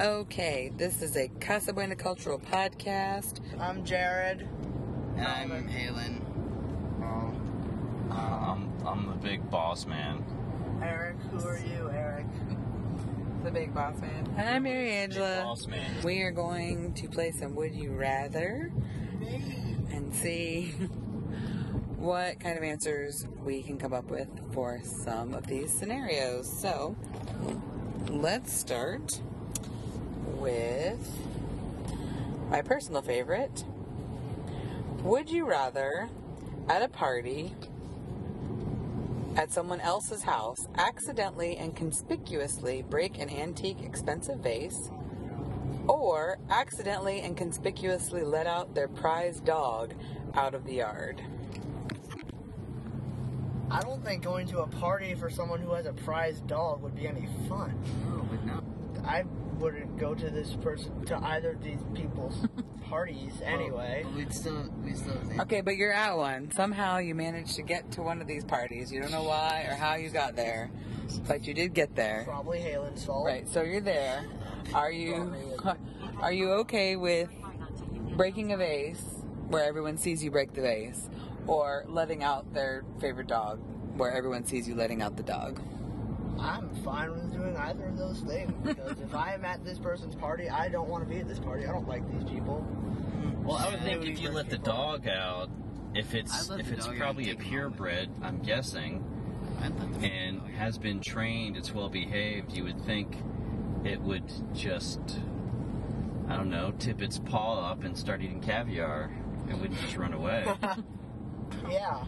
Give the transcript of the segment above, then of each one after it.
Okay, this is a Casa Buena Cultural podcast. I'm Jared. I'm Halen. Um, uh, I'm I'm the big boss man. Eric, who are you, Eric? The Big Boss Man. And I'm Mary Uh, Angela. Boss man. We are going to play some Would You Rather and see what kind of answers we can come up with for some of these scenarios. So let's start with my personal favorite. Would you rather at a party at someone else's house accidentally and conspicuously break an antique expensive vase or accidentally and conspicuously let out their prized dog out of the yard? I don't think going to a party for someone who has a prized dog would be any fun. no, but no. I wouldn't go to this person to either of these people's parties anyway. But we'd still, we'd still. Okay, but you're at one. Somehow you managed to get to one of these parties. You don't know why or how you got there, but you did get there. Probably Halen's fault. Right, so you're there. Are you are you okay with breaking a vase where everyone sees you break the vase or letting out their favorite dog where everyone sees you letting out the dog? I'm fine with doing either of those things because if I am at this person's party, I don't want to be at this party. I don't like these people. Well, I would How think do if we you break let the people? dog out, if it's I'd let if the it's dog out probably a and take him home with purebred, I'm guessing, I'd let them and know. has been trained, it's well behaved. You would think it would just, I don't know, tip its paw up and start eating caviar. It wouldn't just run away. Yeah.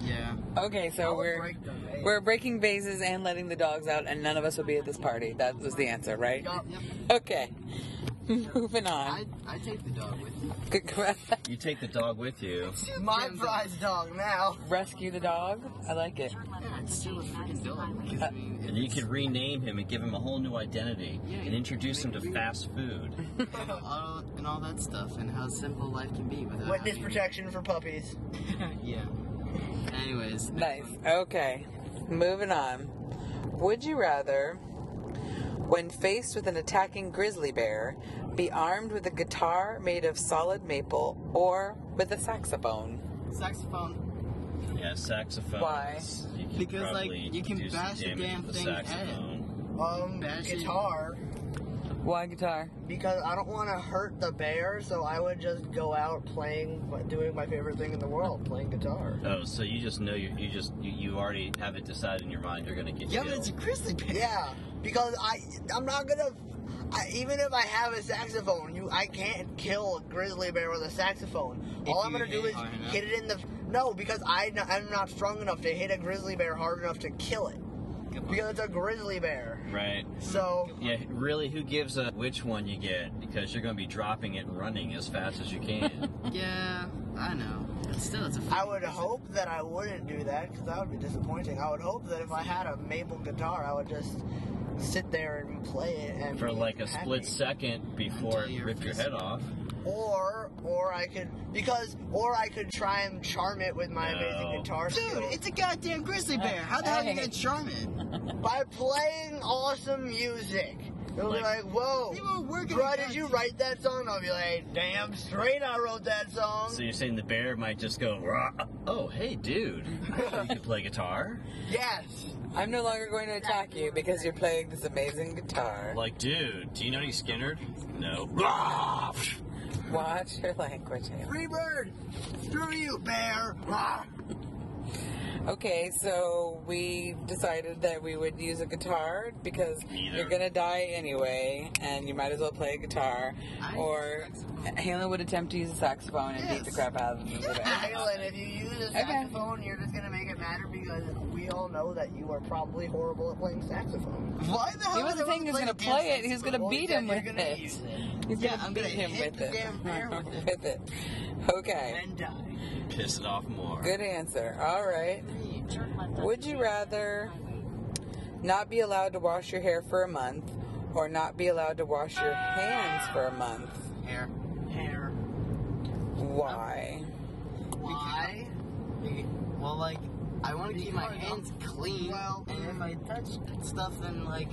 Yeah. Okay, so I would we're break them, hey. we're breaking vases and letting the dogs out and none of us will be at this party. That was the answer, right? Yup. Yep. Okay. Moving on. I I take the dog with me. Good que- you take the dog with you. My prized dog now. Rescue the dog. I like it. Yeah, it's still a freaking dog. 'cause, I mean, And you could rename him and give him a whole new identity Yeah, and introduce him to fast food. and all, and all that stuff, and how simple life can be without Witness having- protection for puppies. yeah. Anyways, Nice. Okay. Moving on. Would you rather, when faced with an attacking grizzly bear, be armed with a guitar made of solid maple or with a saxophone? saxophone Yeah, saxophone. Why? Because, like, you can do some bash the damage damn with a thing's head. saxophone. Um, Imagine- guitar. Why guitar? because I don't want to hurt the bear, so I would just go out playing, doing my favorite thing in the world, playing guitar. Oh, so you just know you you just you, you already have it decided in your mind you're gonna get yeah, but killed. it's a grizzly bear. Yeah, because I, I'm not gonna, I, even if I have a saxophone, you, I can't kill a grizzly bear with a saxophone. All I'm you gonna do hit is hard enough. hit it in the. No, because I, I'm not strong enough to hit a grizzly bear hard enough to kill it. Come on. Because it's a grizzly bear. right. So Yeah, really, who gives a which one you get? Because you're gonna be dropping it and running as fast as you can. Yeah, I know. But still, it's a. I freaking would grizzly. hope that I wouldn't do that because that would be disappointing. I would hope that if I had a maple guitar, I would just sit there and play it and For be like a happy. split second before Until it your ripped your fist- head off. Or or I could because or I could try and charm it with my amazing No. guitar Dude, skills it's a goddamn grizzly bear. How the hell are you gonna charm it? by playing awesome music. It'll be Like- like, whoa, They were working bro, on did that you shit." write that song? I'll be like, damn straight, I wrote that song. So you're saying the bear might just go, "Rah." oh hey dude, I know you can play guitar. Yes. I'm no longer going to attack you because you're playing this amazing guitar. Like dude, do you know any Skinner? No. Rah! Watch your language. Hannah. Free bird. Screw you, bear. Rah. Okay, so we decided that we would use a guitar because you're gonna die anyway, and you might as well play a guitar. I or use a saxophone. Halen would attempt to use a saxophone and beat the Yes. crap out of the band. Halen, if you use a saxophone, you're just gonna make it matter because we all know that you are probably horrible at playing saxophone. Why the hell? He wasn't saying he was gonna play it; he was gonna Well, beat yeah, him you're with gonna it. use He's Yeah, gonna I'm beat gonna him hit with the it. damn bear with it. With it. Okay, and die. Piss it off more. good answer. All right. Would you rather not be allowed to wash your hair for a month, or not be allowed to wash your hands for a month? Hair. Hair. Why? Why? Well, like, I want to keep my Because- hands clean. well, and if I touch stuff, then like,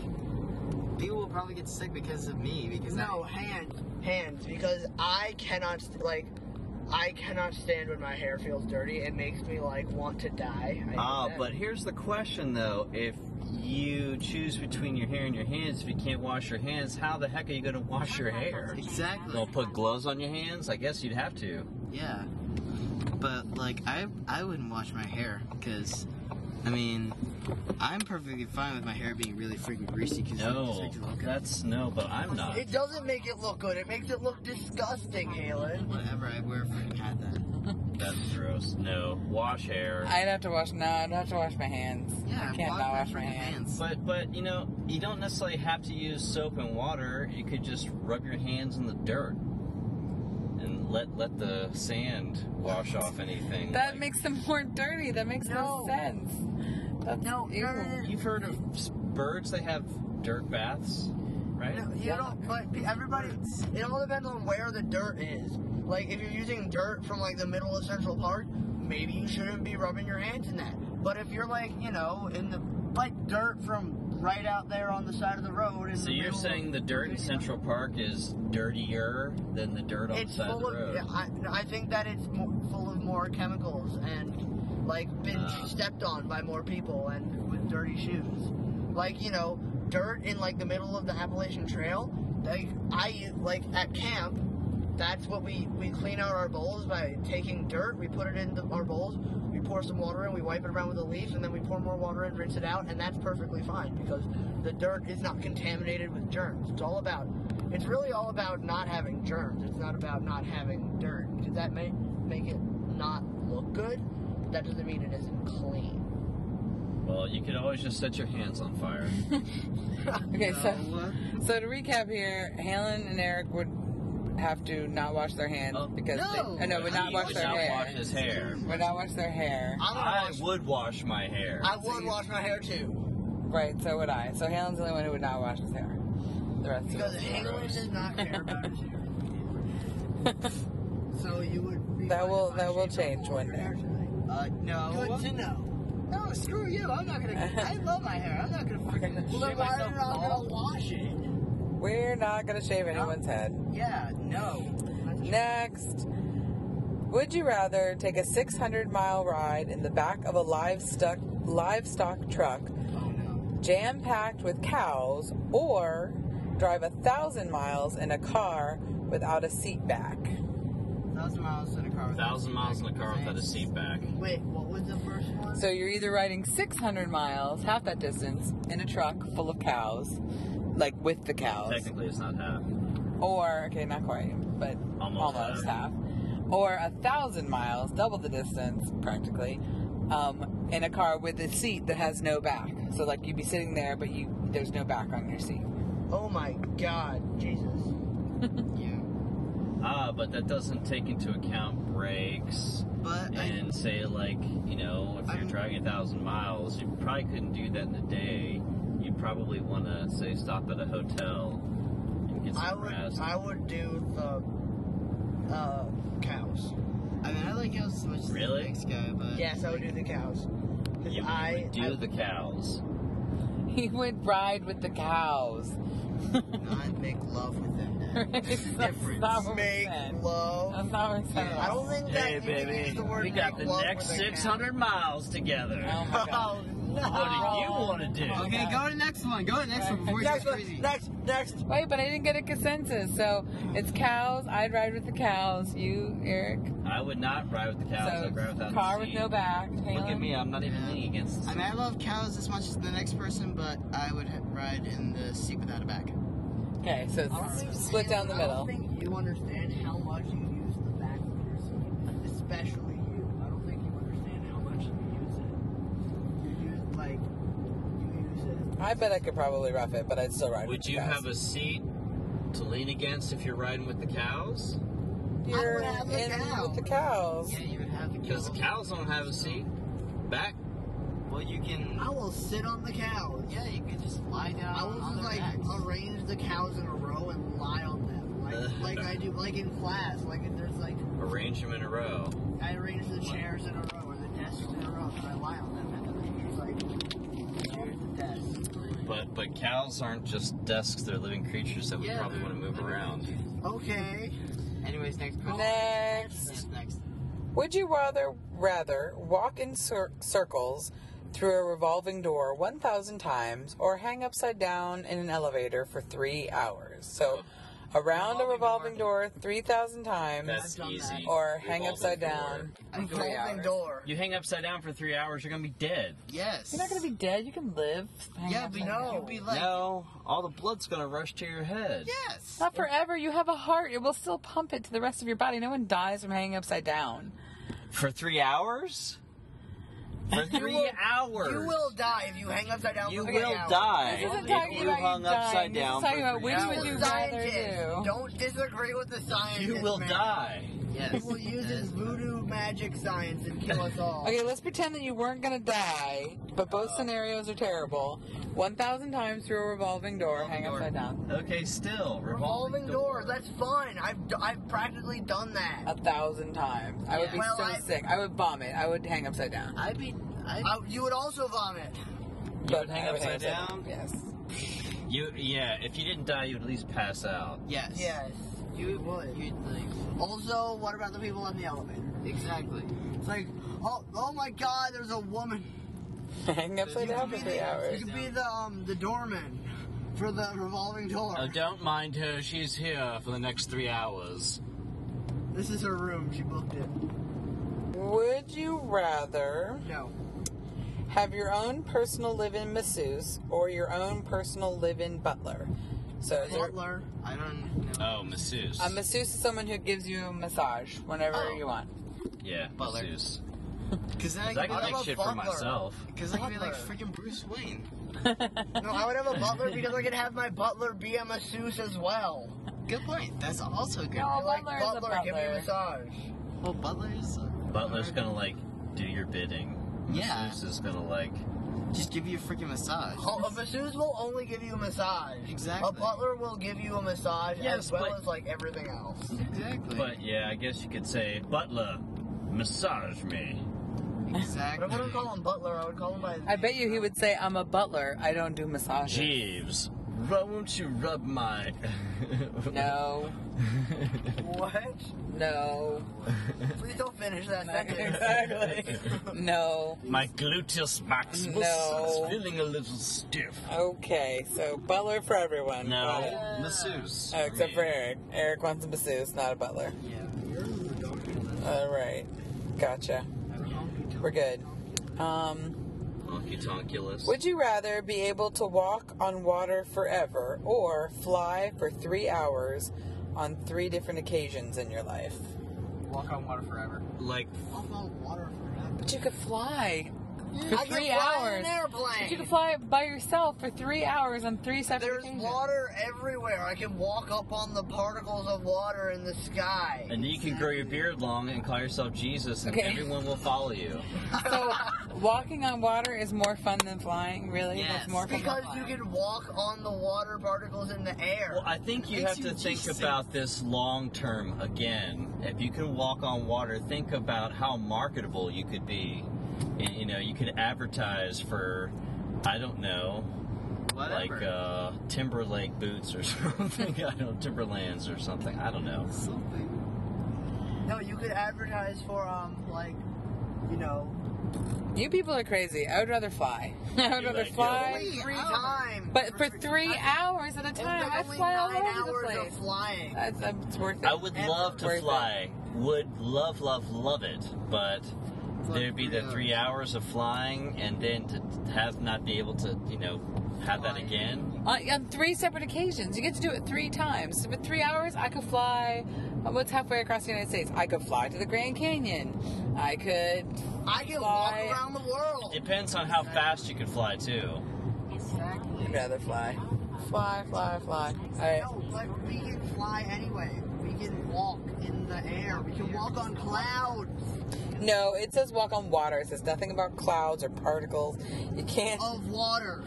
people will probably get sick because of me. Because No, hands. Hands, because I cannot, st- like, I cannot stand when my hair feels dirty. It makes me, like, want to die. I hate Ah, that. but here's the question though: If you choose between your hair and your hands, if you can't wash your hands, how the heck are you going to wash your hair? I, exactly. Gonna put gloves on your hands? I guess you'd have to. Yeah, but like I I wouldn't wash my hair because I mean I'm perfectly fine with my hair being really freaking greasy because No, that's no, but I'm not. It doesn't make it look good. It makes it look disgusting, Halen. whatever I wear a freaking hat then. That's gross. No, wash hair. I'd have to wash. No, I'd have to wash my hands. Yeah, I can't wash not my wash my freaking hands. hands. But but you know you don't necessarily have to use soap and water. You could just rub your hands in the dirt and let let the sand wash off anything. That Like, makes them more dirty. That makes no, No. sense. That's No, ew. no, no, no. You've heard of s- birds that have dirt baths, right? No, you don't, but everybody, it all depends on where the dirt is. Like, if you're using dirt from, like, the middle of Central Park, maybe you shouldn't be rubbing your hands in that. But if you're, like, you know, in the, like, dirt from right out there on the side of the road. In So the you're middle of- saying the dirt in Central Park is dirtier than the dirt on the it's side of full the of, road? yeah, I, I think that it's mo- full of more chemicals and, like, been Ah. stepped on by more people and with dirty shoes. Like, you know, dirt in, like, the middle of the Appalachian Trail, like, I, like, at camp, that's what we, we clean out our bowls by taking dirt, we put it into our bowls, we pour some water in, we wipe it around with a leaf, and then we pour more water in, rinse it out, and that's perfectly fine because the dirt is not contaminated with germs. It's all about, it's really all about not having germs. It's not about not having dirt because that may make it not look good, but that doesn't mean it isn't clean. Well, you could always just set your hands on fire. Okay, so what? so to recap here, Helen and Eric would have to not wash their hands Oh, because no. they, uh, no, would not He wash would their not hair. wash his hair. Would not wash their hair. I'm gonna I wash, would wash my hair. I would wash my hair too Right, so would I. So Helen's the only one who would not wash his hair. The rest of because us. England does not care about his hair. so you would. Be That fine will- if I that will shaved off change all one your day. hair today. Uh, Good to no. know. No, screw you. I'm not gonna. I love my hair. I'm not gonna freaking Well, then shave why are myself you not gonna bald. wash it? We're not gonna shave anyone's head. Yeah, no. Next. Would you rather take a 600 mile ride in the back of a livestock, livestock truck Oh no. jam packed with cows or drive a thousand miles in a car without a seat back? Thousand miles in a car. without thousand miles in a car without a seat back. Wait, what was the first one? So you're either riding 600 miles, half that distance, in a truck full of cows, like with the cows, Technically, it's not half. or, okay, not quite, but almost, Almost half, or a thousand miles, double the distance practically, um, in a car with a seat that has no back. So, like, you'd be sitting there, but you there's no back on your seat. Oh my god, Jesus. You. Ah, but that doesn't take into account brakes But I and say like you know if you're I'm- driving a thousand miles, you probably couldn't do that in a day. You probably want to say stop at a hotel and get some I would rest. I would do the uh cows. I mean, I like you as much as Really? the next guy, but Yes, I would do the cows. 'Cause you I, would do I- the cows. He would ride with the cows. not make love with them. Dad. That's Difference. not what we make said. love. Oh, That's not what we said. I don't think that you can use the word we got make the love next with a cow. six hundred miles together. Oh my Oh What do no. you want to do? Okay, go to the next one. Go to the next one before you Next, get one, crazy. next, next. Wait, but I didn't get a consensus. So it's cows. I'd ride with the cows. You, Eric. I would not ride with the cows. so I'd ride without the car with seat. no back. Look at Helen. me, I'm not even leaning against the I mean, I love cows as much as the next person, but I would ha- ride in the seat without a back. Okay, so I don't think- it's split down the I middle. don't think you understand how much you use the back of your seat, especially you. I don't think you understand how much you use it. You use like you use it. I bet I could probably rough it, but I'd still ride. Would with you the cows. have a seat to lean against if you're riding with the cows? You're I would have the in cow. with the cows. Yeah, you would have the Because cows. the cows don't have a seat. Back. Well, you can. I will sit on the cows. Yeah, you could just lie down. I will on just their like backs. arrange the cows in a row and lie on them, like like I do, like in class. Like if there's like Arrange them in a row. I arrange the chairs in a row or the desks in a row, and I lie on them, and then the teacher's like, "Here's the desk." But but cows aren't just desks; they're living creatures that we Yeah, probably want to move they're- around. Okay. Anyways, next question. Next. Next, next. Would you rather rather walk in cir- circles through a revolving door 1,000 times or hang upside down in an elevator for three hours? So, around a revolving Revolving door 3,000 times Oh. That's done easy. that. or hang Revolving upside door. down. I think three Revolving hours. door. You hang upside down for three hours, you're gonna be dead. Yes. You're not going to be dead. You can live. hanging Yeah, but upside No. down. you'd be like. no, all the blood's gonna rush to your head. Yes. Not forever. You have a heart. It will still pump it to the rest of your body. No one dies from hanging upside down. For three hours? For three will- hours. You will die if you hang upside down. You for will three hours. die This isn't if talking you about you hung upside dying. This is down. talking for about three which hours. would you- rather Scientist. do? Don't disagree with the scientist. You will man. die. Yes. He will use his voodoo magic science and kill us all. Okay, let's pretend that you weren't gonna die, but both scenarios are terrible. One thousand times through a revolving door, hang upside down. Okay, still Revolving door. That's fun. I've, d- I've practically done that. A thousand times. I would be Well, so I- sick. I would vomit. I would hang upside down. I'd be. I'd, I, Oh, you would also vomit. but would hang I would upside down? Yes. You yeah. If you didn't die, you'd at least pass out. yes. Yes. You would. You'd like. Also, what about the people in the elevator? Exactly. It's like, oh, oh my God, there's a woman. hang upside down for three You hours. could be the um the doorman for the revolving door. Oh, don't mind her. She's here for the next three hours. This is her room. She booked it. Would you rather No. have your own personal live-in masseuse or your own personal live-in butler? So is there- Butler. I don't know. Oh, masseuse. a masseuse is someone who gives you a massage whenever Oh. you want. yeah, Butler. masseuse. Because then I 'Cause I could, can I'm make a shit for butler. myself. Because I could be like Butler. freaking Bruce Wayne. No, I would have a butler because I could have my butler be a masseuse as well. Good point. That's also a good. No. I like butler is a give me a massage. point. Well, butlers. uh, Butler's gonna like do your bidding. Yeah. Masseuse is gonna like. Just give you a freaking massage. Oh, A masseuse will only give you a massage. Exactly. A butler will give you a massage Yes, as well but- as like everything else. Exactly. But yeah, I guess you could say butler, massage me. exactly. But I wouldn't call him butler. I would call him by. I bet you he would say, "I'm a butler. I don't do massages." Jeeves, ru- won't you rub my? No. What? No. Please don't finish that sentence. exactly. No. My gluteus maximus No. is feeling a little stiff. Okay, so butler for everyone. No, Got it. masseuse. Oh, except for Eric. Eric wants a masseuse, not a butler. Yeah. All right. Gotcha. We're good. Um, Honky tonkulus. would you rather be able to walk on water forever or fly for three hours on three different occasions in your life? Walk on water forever. Like, Walk on water forever. But you could fly for I three can fly in hours. an airplane. But you could fly by yourself for three hours on three separate There's occasions. water everywhere. I can walk up on the particles of water in the sky. and then you can grow your beard long and call yourself Jesus, and Okay. everyone will follow you. So walking on water is more fun than flying, really? That's Yes. more fun Because than flying. you can walk on the water particles in the air. Well, I think you Makes have you to think Jesus. about this long term again. If you can walk on water, think about how marketable you could be. And, you know, you could advertise for, I don't know, Whatever. like uh, Timberlake boots or something. I don't know, Timberlands or something. I don't know. Something. no, you could advertise for um like, you know, You people are crazy. I would rather fly. I would You rather like fly. Three free hours. time. But for three I- hours at a There's time, I only fly all nine over the hours place. of flying. That's, that's worth it. I would And love to worth it. fly. Would love, love, love it. But there'd be three the three hours of flying, and then to have not be able to, you know, have that Flying. again. on, on three separate occasions. You get to do it three times. So for three hours, I could fly. What's halfway across the United States? I could fly to the Grand Canyon. I could. I can Fly. walk around the world. Depends on how fast you could fly too. I'd rather fly. Fly, fly, fly. All right. No, but we can fly anyway. We can walk in the air. We can walk on clouds. No, it says walk on water. It says nothing about clouds or particles. You can't. of water.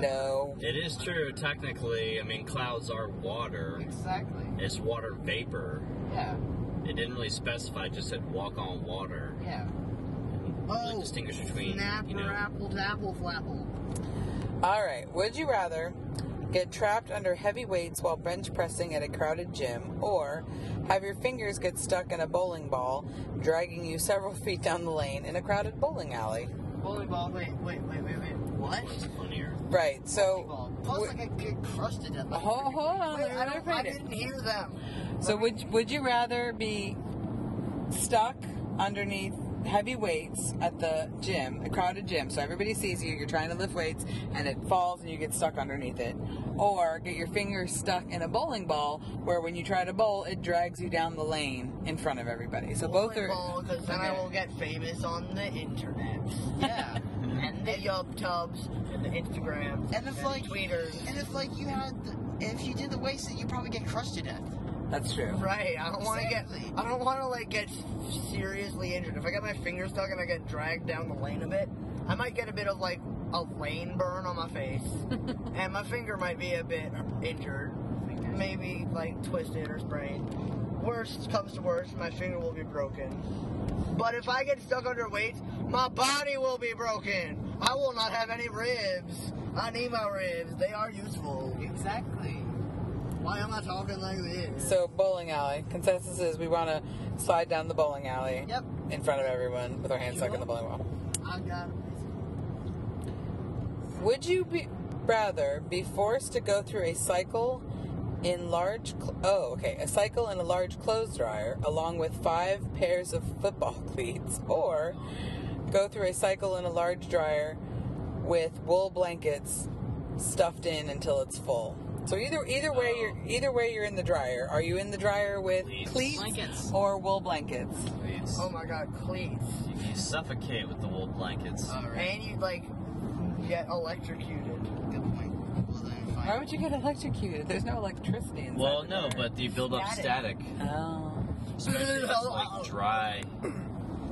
No. It is true, technically. I mean, clouds are water. Exactly. It's water vapor. Yeah. It didn't really specify; it just said walk on water. Yeah. It doesn't Oh, distinguish between Snap you or know. apple to apple flapple. All right. Would you rather get trapped under heavy weights while bench pressing at a crowded gym or have your fingers get stuck in a bowling ball, dragging you several feet down the lane in a crowded bowling alley? Bowling ball. Wait, wait, wait, wait, wait. What? It's funnier. Right. So, Ball. Plus, like I get crushed to death. Ho- hold, on. Wait, let me I don't. I repeat it. didn't hear them. So would would you rather be stuck underneath heavy weights at the gym, a crowded gym, so everybody sees you, you're trying to lift weights and it falls and you get stuck underneath it, or get your fingers stuck in a bowling ball where when you try to bowl it drags you down the lane in front of everybody. So both are Because then I Okay. will get famous on the internet. Yeah. and the Yub Tubs, and the Instagrams, And if like tweeters. and if like you had, the, if you did the waist, you probably get crushed to death. That's true. Right, I don't want to get, Exactly. I don't want to like get seriously injured. If I get my finger stuck and I get dragged down the lane a bit, I might get a bit of like a lane burn on my face, and my finger might be a bit injured, maybe like twisted or sprained. Worst comes to worst, my finger will be broken. But if I get stuck under weights, my body will be broken. I will not have any ribs. I need my ribs. They are useful. Exactly. Why am I talking like this? So bowling alley. Consensus is we want to slide down the bowling alley Yep. in front of everyone with our hands You stuck in will? the bowling ball. I got Would you be rather be forced to go through a cycle in large cl- oh okay a cycle in a large clothes dryer along with five pairs of football cleats or go through a cycle in a large dryer with wool blankets stuffed in until it's full so either either way you're Oh. either way you're in the dryer are you in the dryer with Pleats. cleats Blankets. or wool blankets Please. Oh my god, cleats. You suffocate with the wool blankets. Uh, All right. And you like get electrocuted. Good point. Well then, fine. why would you get electrocuted there's no electricity inside well, the no, dryer. but you build up static. Static. Oh. oh Especially if it's like dry.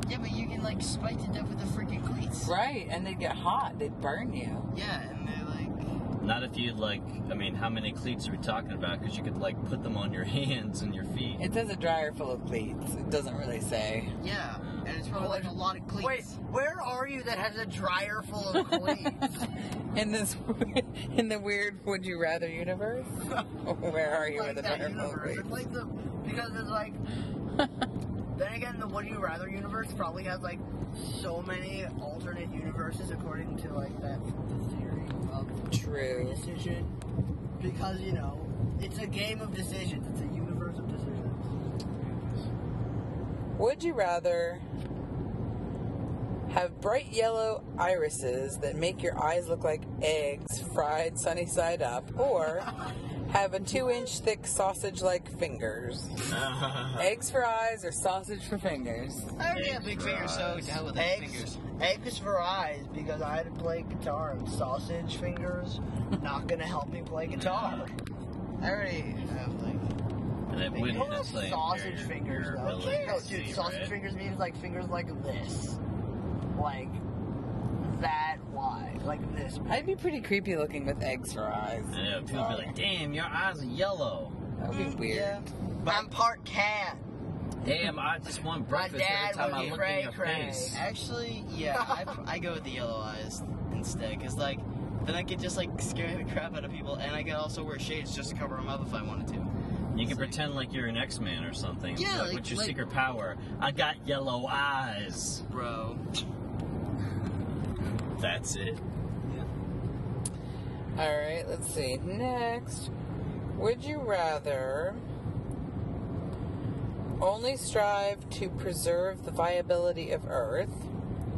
Yeah, but you can like spike to death with the freaking cleats. Right, and they'd get hot, they'd burn you. Yeah, and they're like, Not if you like. I mean, how many cleats are we talking about? Because you could like put them on your hands and your feet. It says a dryer full of cleats. It doesn't really say. yeah, and it's probably like a lot of cleats. Wait, where are you that has a dryer full of cleats? In this, in the weird would you rather universe, where are you like with a that dryer full of universe. It's cleats? like the because it's like then again the Would You Rather universe probably has like so many alternate universes according to like that theory of True. decision. Because you know, it's a game of decisions, it's a universe of decisions. Would you rather have bright yellow irises that make your eyes look like eggs fried sunny side up, or have a two-inch thick sausage-like fingers? Eggs for eyes or sausage for fingers? I already have big fingers, so Eggs. down with the Eggs, fingers. eggs for eyes because I had to play guitar and sausage fingers not gonna help me play guitar. I already have like. and it You wouldn't don't have necessarily impair sausage your- fingers your though. ability No, to dude, see, sausage right? fingers means like fingers like this, like that wide, like this. I'd be pretty creepy looking with eggs for eyes. I know people be like, "Damn, your eyes are yellow." That would be weird. I'm part cat. Damn, I just want breakfast dad every time would I be look cray in your cray. face. Actually, yeah, I, I go with the yellow eyes instead, cause like then I could just like scare the crap out of people, and I could also wear shades just to cover them up if I wanted to. You can pretend like you're an X-Man or something. Yeah, Like, like- what's your like- secret power? I got yellow eyes. Bro, That's it. All right, let's see. Next, would you rather only strive to preserve the viability of Earth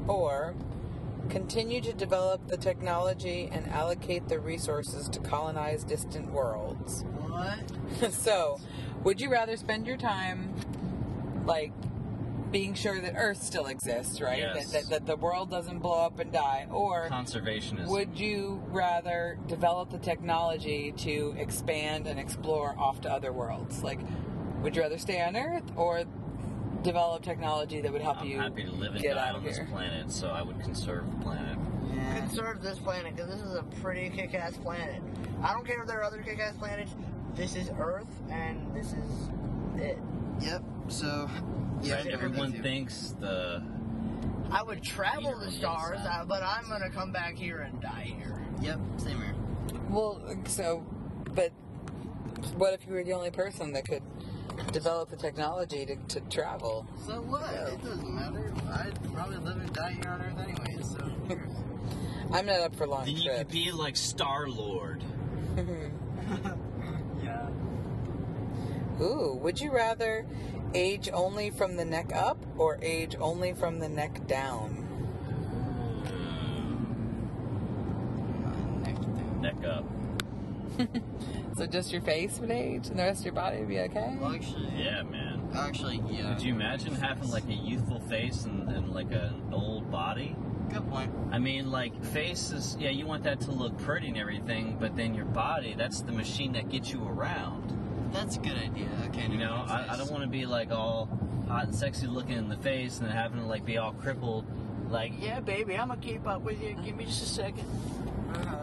or continue to develop the technology and allocate the resources to colonize distant worlds? What? so, would you rather spend your time like being sure that Earth still exists, right? Yes. That, that, that the world doesn't blow up and die, or Conservationism. would you rather develop the technology to expand and explore off to other worlds? Like, would you rather stay on Earth or develop technology that would help I'm you happy to live and get die out of on this here? planet, so I would conserve the planet. yeah, Conserve this planet because this is a pretty kick-ass planet. I don't care if there are other kick-ass planets. This is Earth, and this is it. yep. So, yeah, right? I agree with Everyone you. thinks the I would travel the Universe, stars, uh, uh, but I'm gonna come back here and die here. Yep, same here. Well, so, but what if you were the only person that could develop the technology to, to travel? So what? It doesn't matter. I'd probably live and die here on Earth anyway, so who cares? I'm not up for long Then you could trips. be like Star Lord. yeah. Ooh, would you rather age only from the neck up or age only from the neck down? Neck up. So just your face would age and the rest of your body would be okay? Well, actually, Yeah, man. actually, yeah. Could you imagine having like a youthful face and, and like an old body? Good point. I mean, like faces. Yeah, you want that to look pretty and everything, but then your body—that's the machine that gets you around. That's a good idea. Okay. You never know, mind. I, I don't want to be like all hot and sexy looking in the face and then having to like be all crippled. Like, yeah, baby, I'm gonna keep up with you. Give me just a second. Uh-huh.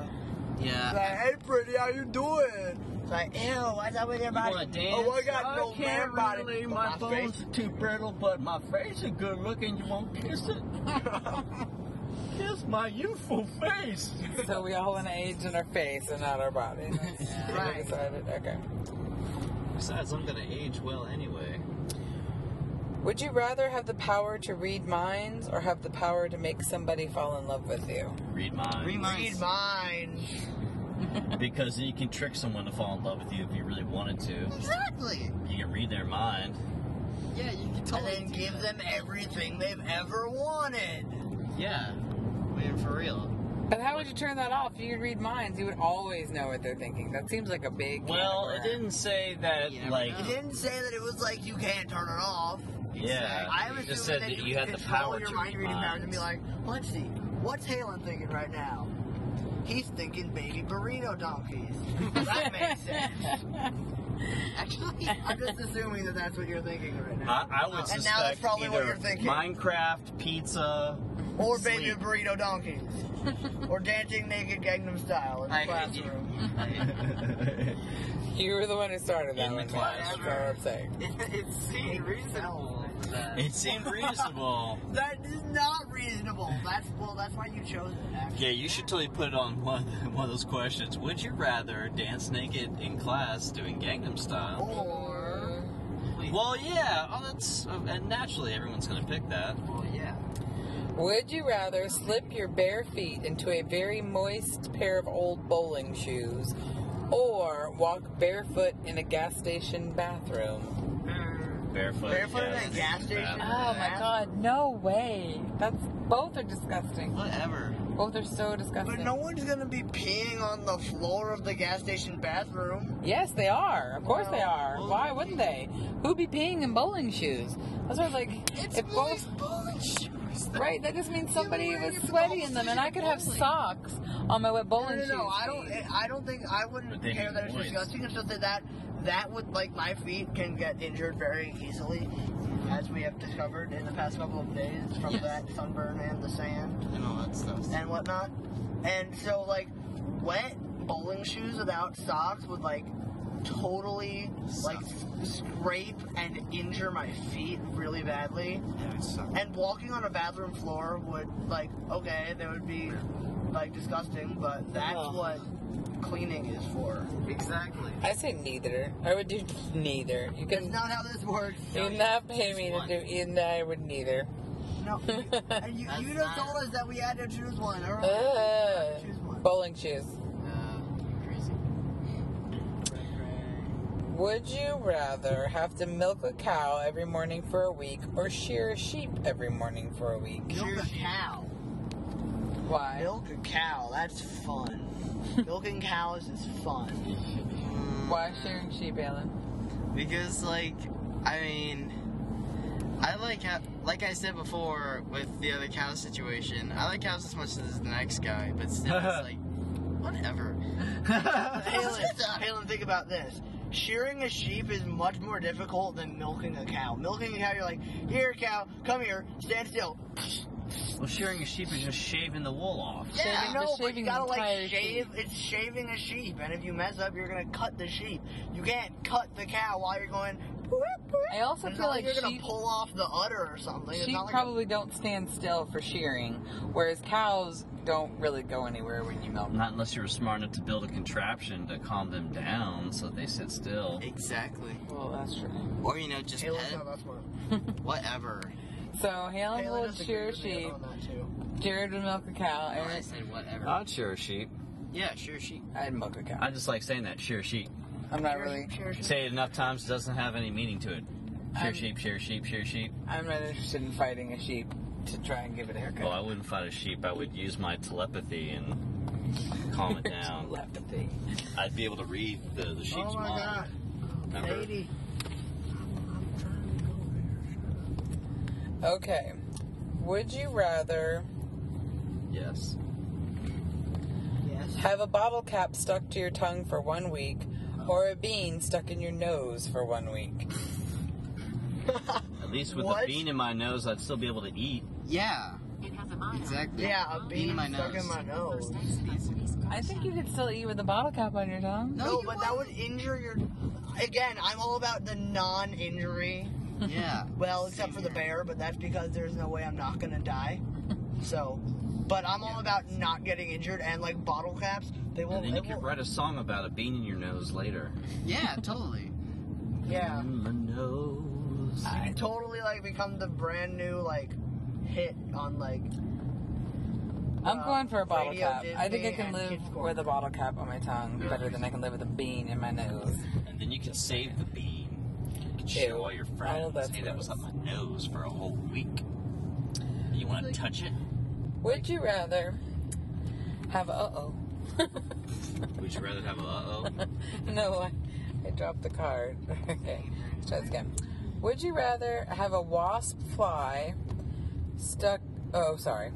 Yeah. Like, hey, pretty, how you doing? It's like, ew, what's up with your You body? wanna dance? Oh, I got no can't man body. really. but My, my face bones are too brittle, but my face is good looking. You won't kiss it. kiss my youthful face. so we all want to age in our face and not our body. That's- Right. Decided. Okay. Besides, I'm gonna age well anyway. Would you rather have the power to read minds or have the power to make somebody fall in love with you? Read mine. Remind. Read mine. Because then you can trick someone to fall in love with you if you really wanted to. Exactly. You can read their mind. Yeah, you can And totally. then do give that. them everything they've ever wanted. Yeah. I mean, for real. But how would you turn that off? If you could read minds, you would always know what they're thinking. That seems like a big. Well, it category. didn't say that, You never like, It know. didn't say that it was like you can't turn it off. yeah. I was it just said that you had the power your to mind read reading powers and minds. be like, let's see, what's Halen thinking right now? He's thinking baby burrito donkeys. that makes sense. Actually, I'm just assuming that that's what you're thinking right now. I, I would And now that's suspect probably what either you're thinking. Minecraft, pizza, or baby sleep. burrito donkeys. or dancing naked Gangnam Style in the I hate you. classroom. You were the one who started that In the one. class. That's what I'm saying. it seemed reasonable. it seemed reasonable. That is not reasonable. That's well. That's why you chose it. Actually. Yeah, you should totally put it on one, one of those questions. Would you rather dance naked in class doing Gangnam Style? Or Well, yeah. Oh, that's uh, and naturally everyone's gonna pick that. well, yeah. Would you rather slip your bare feet into a very moist pair of old bowling shoes or walk barefoot in a gas station bathroom? Barefoot. Barefoot in a yes. gas station? Oh my god, no way. That's both are disgusting. Whatever. Both are so disgusting. But no one's gonna be peeing on the floor of the gas station bathroom. Yes, they are. Of course they are. Why wouldn't they? Who'd be peeing in bowling shoes? That's what I was like. if both, bowling shoes. right, that just means somebody wearing was your sweaty bowling in them, and shoes I could have bowling. socks on my wet No, bowling no, shoes. no. I don't. eh, I don't think I wouldn't But they care need that it's points. disgusting. It's just that that that would like my feet can get injured very easily, as we have discovered in the past couple of days from Yes. that sunburn and the sand. And all that stuff. and whatnot. And so, like, wet bowling shoes without socks would, like, totally, like, s- scrape and injure my feet really badly. Yeah, it sucks. And walking on a bathroom floor would, like, okay, that would be, like, disgusting, but that's Ugh. what cleaning is for. Exactly. I say neither. I would do neither. You That's can not how this works. you would not pay me to one. do either. I would neither. No. and you, That's you just not- told us that we had to choose one. Or Ugh. choose one. Bowling shoes. Uh, crazy. Would you rather have to milk a cow every morning for a week or shear a sheep every morning for a week? Milk a cow. Why? Milk a cow, that's fun. Milking cows is fun. Why shearing sheep, Alan? Because like, I mean, I like how, like I said before with the other cow situation. I like cows as much as the next guy, but still, it's like, whatever. Halen, Halen, think about this. Shearing a sheep is much more difficult than milking a cow. Milking a cow, you're like, here, cow, come here, stand still. Well, shearing a sheep is just shaving the wool off. Yeah, Shaving- no, just but shaving you the gotta entire like sheep. shave. It's shaving a sheep, and if you mess up, you're gonna cut the sheep. You can't cut the cow while you're going. "Boop, boop." I also It's feel not like you're gonna sheep- pull off the udder or something. It's Sheep not like a- probably don't stand still for shearing, whereas cows don't really go anywhere when you milk. them. Not unless you were smart enough to build a contraption to calm them down so they sit still. Exactly. Well, that's true. Or you know, just Taylor's not pet, that smart. whatever. So Halen Taylor will disagrees shear with me sheep. on that too. Jared would milk a cow. Oh, I Eric, said whatever. I'd shear a sheep. yeah, sure. She. I'd milk a cow. I just like saying that, shear a sheep. I'm not Shear- really. shear sheep. Um, Say it enough times, it doesn't have any meaning to it. Shear I'm- sheep, shear sheep, shear sheep. I'm not interested in fighting a sheep to try and give it a haircut. Well, Oh, I wouldn't fight a sheep. I would use my telepathy and calm it down. Telepathy. I'd be able to read the, the sheep's Oh my mind. god, Remember? lady. I'm trying to go there. Okay. Would you rather Yes. Yes. have a bottle cap stuck to your tongue for one week or a bean stuck in your nose for one week? At least with the What? bean in my nose, I'd still be able to eat. Yeah, It has a mile. exactly. Yeah, a bean in my stuck nose. in my nose. I think you could still eat with a bottle cap on your tongue. No, No, you but that would injure your. Again, I'm all about the non-injury. Yeah. Well, except for the bear, but that's because there's no way I'm not gonna die. So, but I'm all about not getting injured and like bottle caps. They will. And then you They could will write a song about a bean in your nose later. Yeah, totally. yeah, In my nose. I totally like become the brand new like hit on like. I'm uh, going for a bottle Radio cap. I think I Disney can and live Kids Corner. with a bottle cap on my tongue better than I can live with a bean in my nose. And then you can save the bean. You Ew. can show all your I know friends. that's Hey, that was gross. on my nose for a whole week. You want to touch it? Would you rather have uh oh? Would you rather have a uh-oh? No, I, I dropped the card. okay, let's try this again. Would you rather have a wasp fly stuck? Oh, sorry.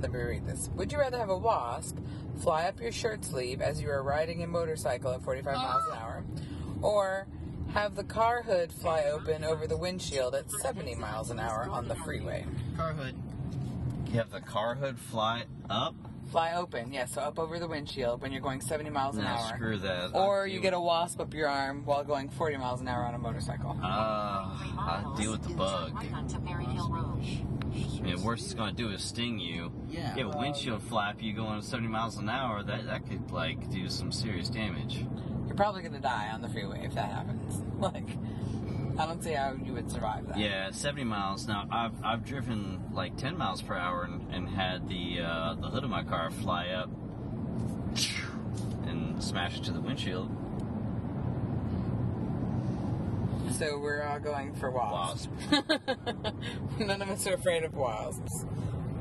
Let me read this. Would you rather have a wasp fly up your shirt sleeve as you are riding a motorcycle at 45 miles an hour, or have the car hood fly open over the windshield at 70 miles an hour on the freeway? Car hood. You have the car hood fly up? Fly open, yeah, so up over the windshield when you're going 70 miles an Nah, hour. screw that. Or you get a wasp up your arm while going 40 miles an hour on a motorcycle. Uh, I deal with the bug. Right onto Berry Hill Road. I mean, the worst it's gonna do is sting you. Yeah. You have a windshield flap. You going 70 miles an hour. That that could like do some serious damage. You're probably gonna die on the freeway if that happens. Like, I don't see how you would survive that. Yeah, at 70 miles. Now I've I've driven like 10 miles per hour and, and had the uh, the hood of my car fly up and smash into the windshield. So we're all going for wasps. Wasp. None of us are afraid of wasps.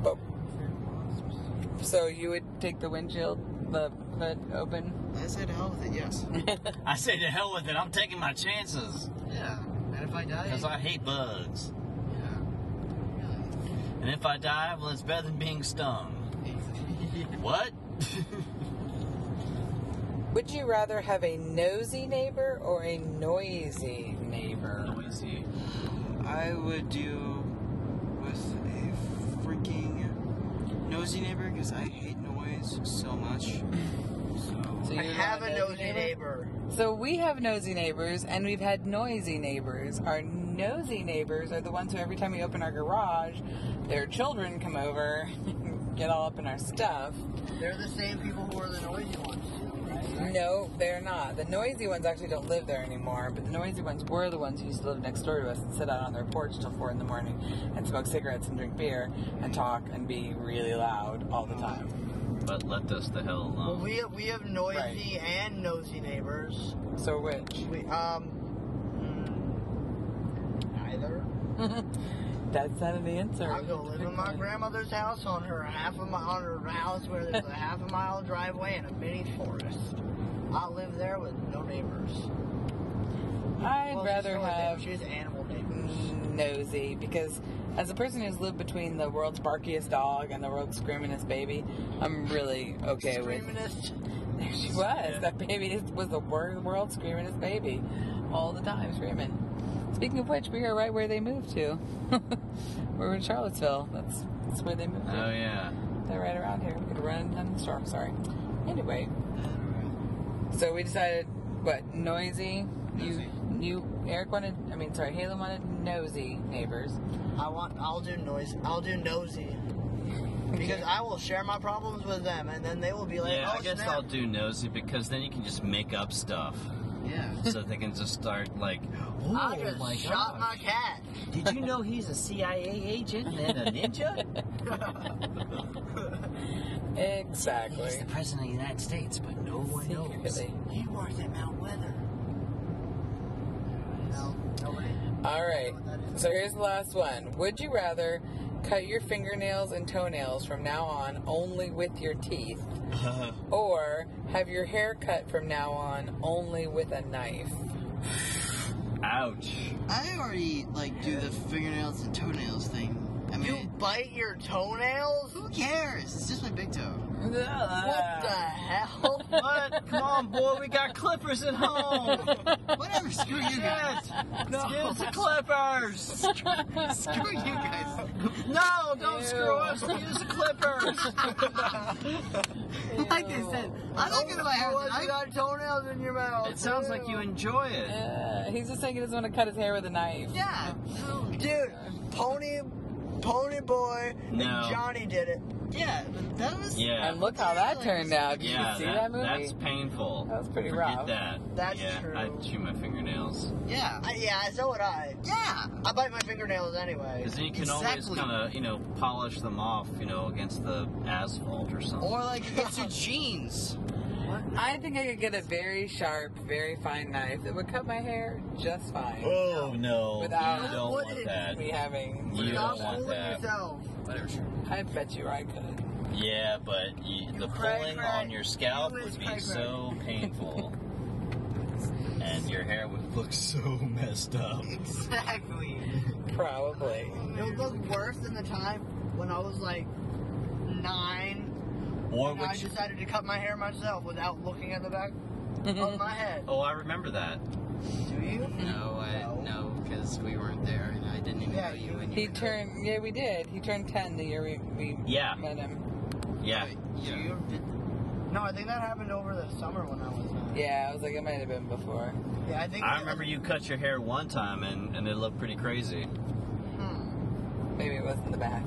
But so you would take the windshield, the hood open. I said hell with it. Yes. I say to hell with it. I'm taking my chances yeah. And if I die, because I hate bugs. yeah. And if I die, well, it's better than being stung. What? Would you rather have a nosy neighbor or a noisy neighbor? Noisy. I would do with a freaking nosy neighbor because I hate noise so much. So So you I would have want a nosy neighbor. So we have nosy neighbors and we've had noisy neighbors. Our nosy neighbors are the ones who every time we open our garage, their children come over, get all up in our stuff. They're the same people who are the noisy ones. No, they're not. The noisy ones actually don't live there anymore, but the noisy ones were the ones who used to live next door to us and sit out on their porch till four in the morning and smoke cigarettes and drink beer and talk and be really loud all the time. But let us the hell alone. Well, we have, we have noisy and nosy neighbors. So which? We um mm, neither. That's not an answer. I go live in my grandmother's house on her half a mile on her house where there's a half a mile driveway and a mini forest. I live there with no neighbors. I'd Well, rather she's not have neighbors, she's animal neighbors. nosy because as a person who's lived between the world's barkiest dog and the world's screamingest baby, I'm really okay with. Screamingest. There she was. That baby is- was the wor- world's screamingest baby. all the time screaming. Speaking of which, we are right where they moved to. We're in Charlottesville. That's that's where they moved to. Oh yeah. They're right around here. We could run down the storm. Sorry. Anyway, so we decided what noisy. Nosy. You, you, Eric wanted. I mean, sorry, Halen wanted nosy neighbors. I want. I'll do noise. I'll do nosy. Because I will share my problems with them, and then they will be like, yeah, "Oh I guess snap!" I'll do nosy because then you can just make up stuff. Yeah. so they can just start like, oh I just my shot god, my cat. did you know he's a CIA agent and a ninja? Exactly. he's the president of the United States, but no one knows. Secretly. He worked at Mount Weather. No, nobody. All right. So here's the last one. Would you rather cut your fingernails and toenails from now on only with your teeth, or have your hair cut from now on only with a knife? Ouch. I already like do the fingernails and toenails thing. I mean, You bite your toenails? who cares? It's just my big toe. What What the hell? What? Come on, boy, we got clippers at home. Whatever. Screw you guys. No. Give us the clippers. Screw you guys. No, don't Ew. screw us. Use the clippers. Like I said, I'm not gonna buy Oh, hair. you got toenails in your mouth. It sounds like you enjoy it. Uh, he's just saying he doesn't want to cut his hair with a knife. Yeah. Dude, Pony, Pony Boy, No. and Johnny did it. Yeah. But that was. Yeah. And look how that turned out. Did yeah, you see that- that, movie? that's painful. That was pretty Forget rough. that. That's yeah, true. I chew my fingernails. Yeah. I, yeah, so would I. Yeah. I bite my fingernails anyway. Because then you can Exactly. always kind of, you know, polish them off, you know, against the asphalt or something. Or like it's your jeans. I think I could get a very sharp, very fine knife that would cut my hair just fine. oh, no. Without- you don't want Wouldn't that. Me having. You Stop don't want fooling that. yourself. Whatever. Sure. I bet you I could. Yeah, but you, the crack pulling rack. on your scalp You is would be crack rack. so painful. and your hair would look so messed up. Exactly. Probably. It would look worse than the time when I was like nine Or and I would you. decided to cut my hair myself without looking at the back of my head. Oh, I remember that. Do you? No, Oh, I no, because we weren't there, and I didn't even Yeah, know you. And you He were turned. Yeah, we did. He turned ten the year we, we Yeah. met him. Yeah. there. Wait, Do yeah. you? No, I think that happened over the summer when I was nine. Yeah, I was like, it might have been before. Yeah, I think. I remember you cut your hair one time and, and it looked pretty crazy. Maybe it wasn't the back.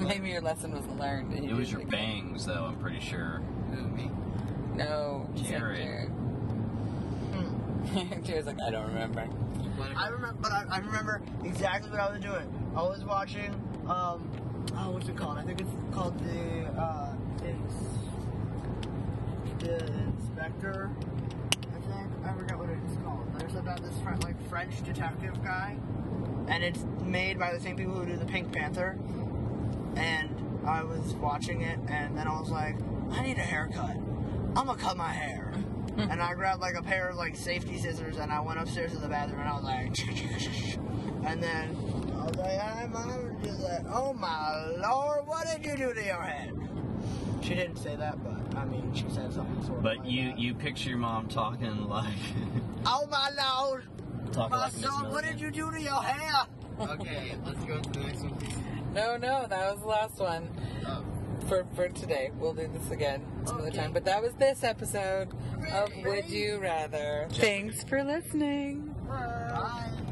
Maybe your lesson was learned. and you It was your didn't think- bangs, though, I'm pretty sure. Who, me? No, you said Jared. Jared. Jared's like, I don't remember. Whatever. I remember, but I, I remember exactly what I was doing. I was watching, um, oh, what's it called? I think it's called the, uh, it's the Inspector. I think I forgot what it's called. There's about this French, like French detective guy, and it's made by the same people who do the Pink Panther. And I was watching it, and then I was like, I need a haircut. I'm gonna cut my hair. and I grabbed like a pair of like safety scissors and I went upstairs to the bathroom and I was like, and then I was like, I'm, I'm just like, oh my lord, what did you do to your head? She didn't say that, but I mean, she said something sort of. But like you, that. you picture your mom talking like. Oh my lord, talking my like Miss son, what Milligan. did you do to your hair? okay, let's go to the next one, please. No, no, that was the last one Oh, for for today. We'll do this again some other Okay. time. But that was this episode of Hooray. Would You Rather. Thanks for listening. bye.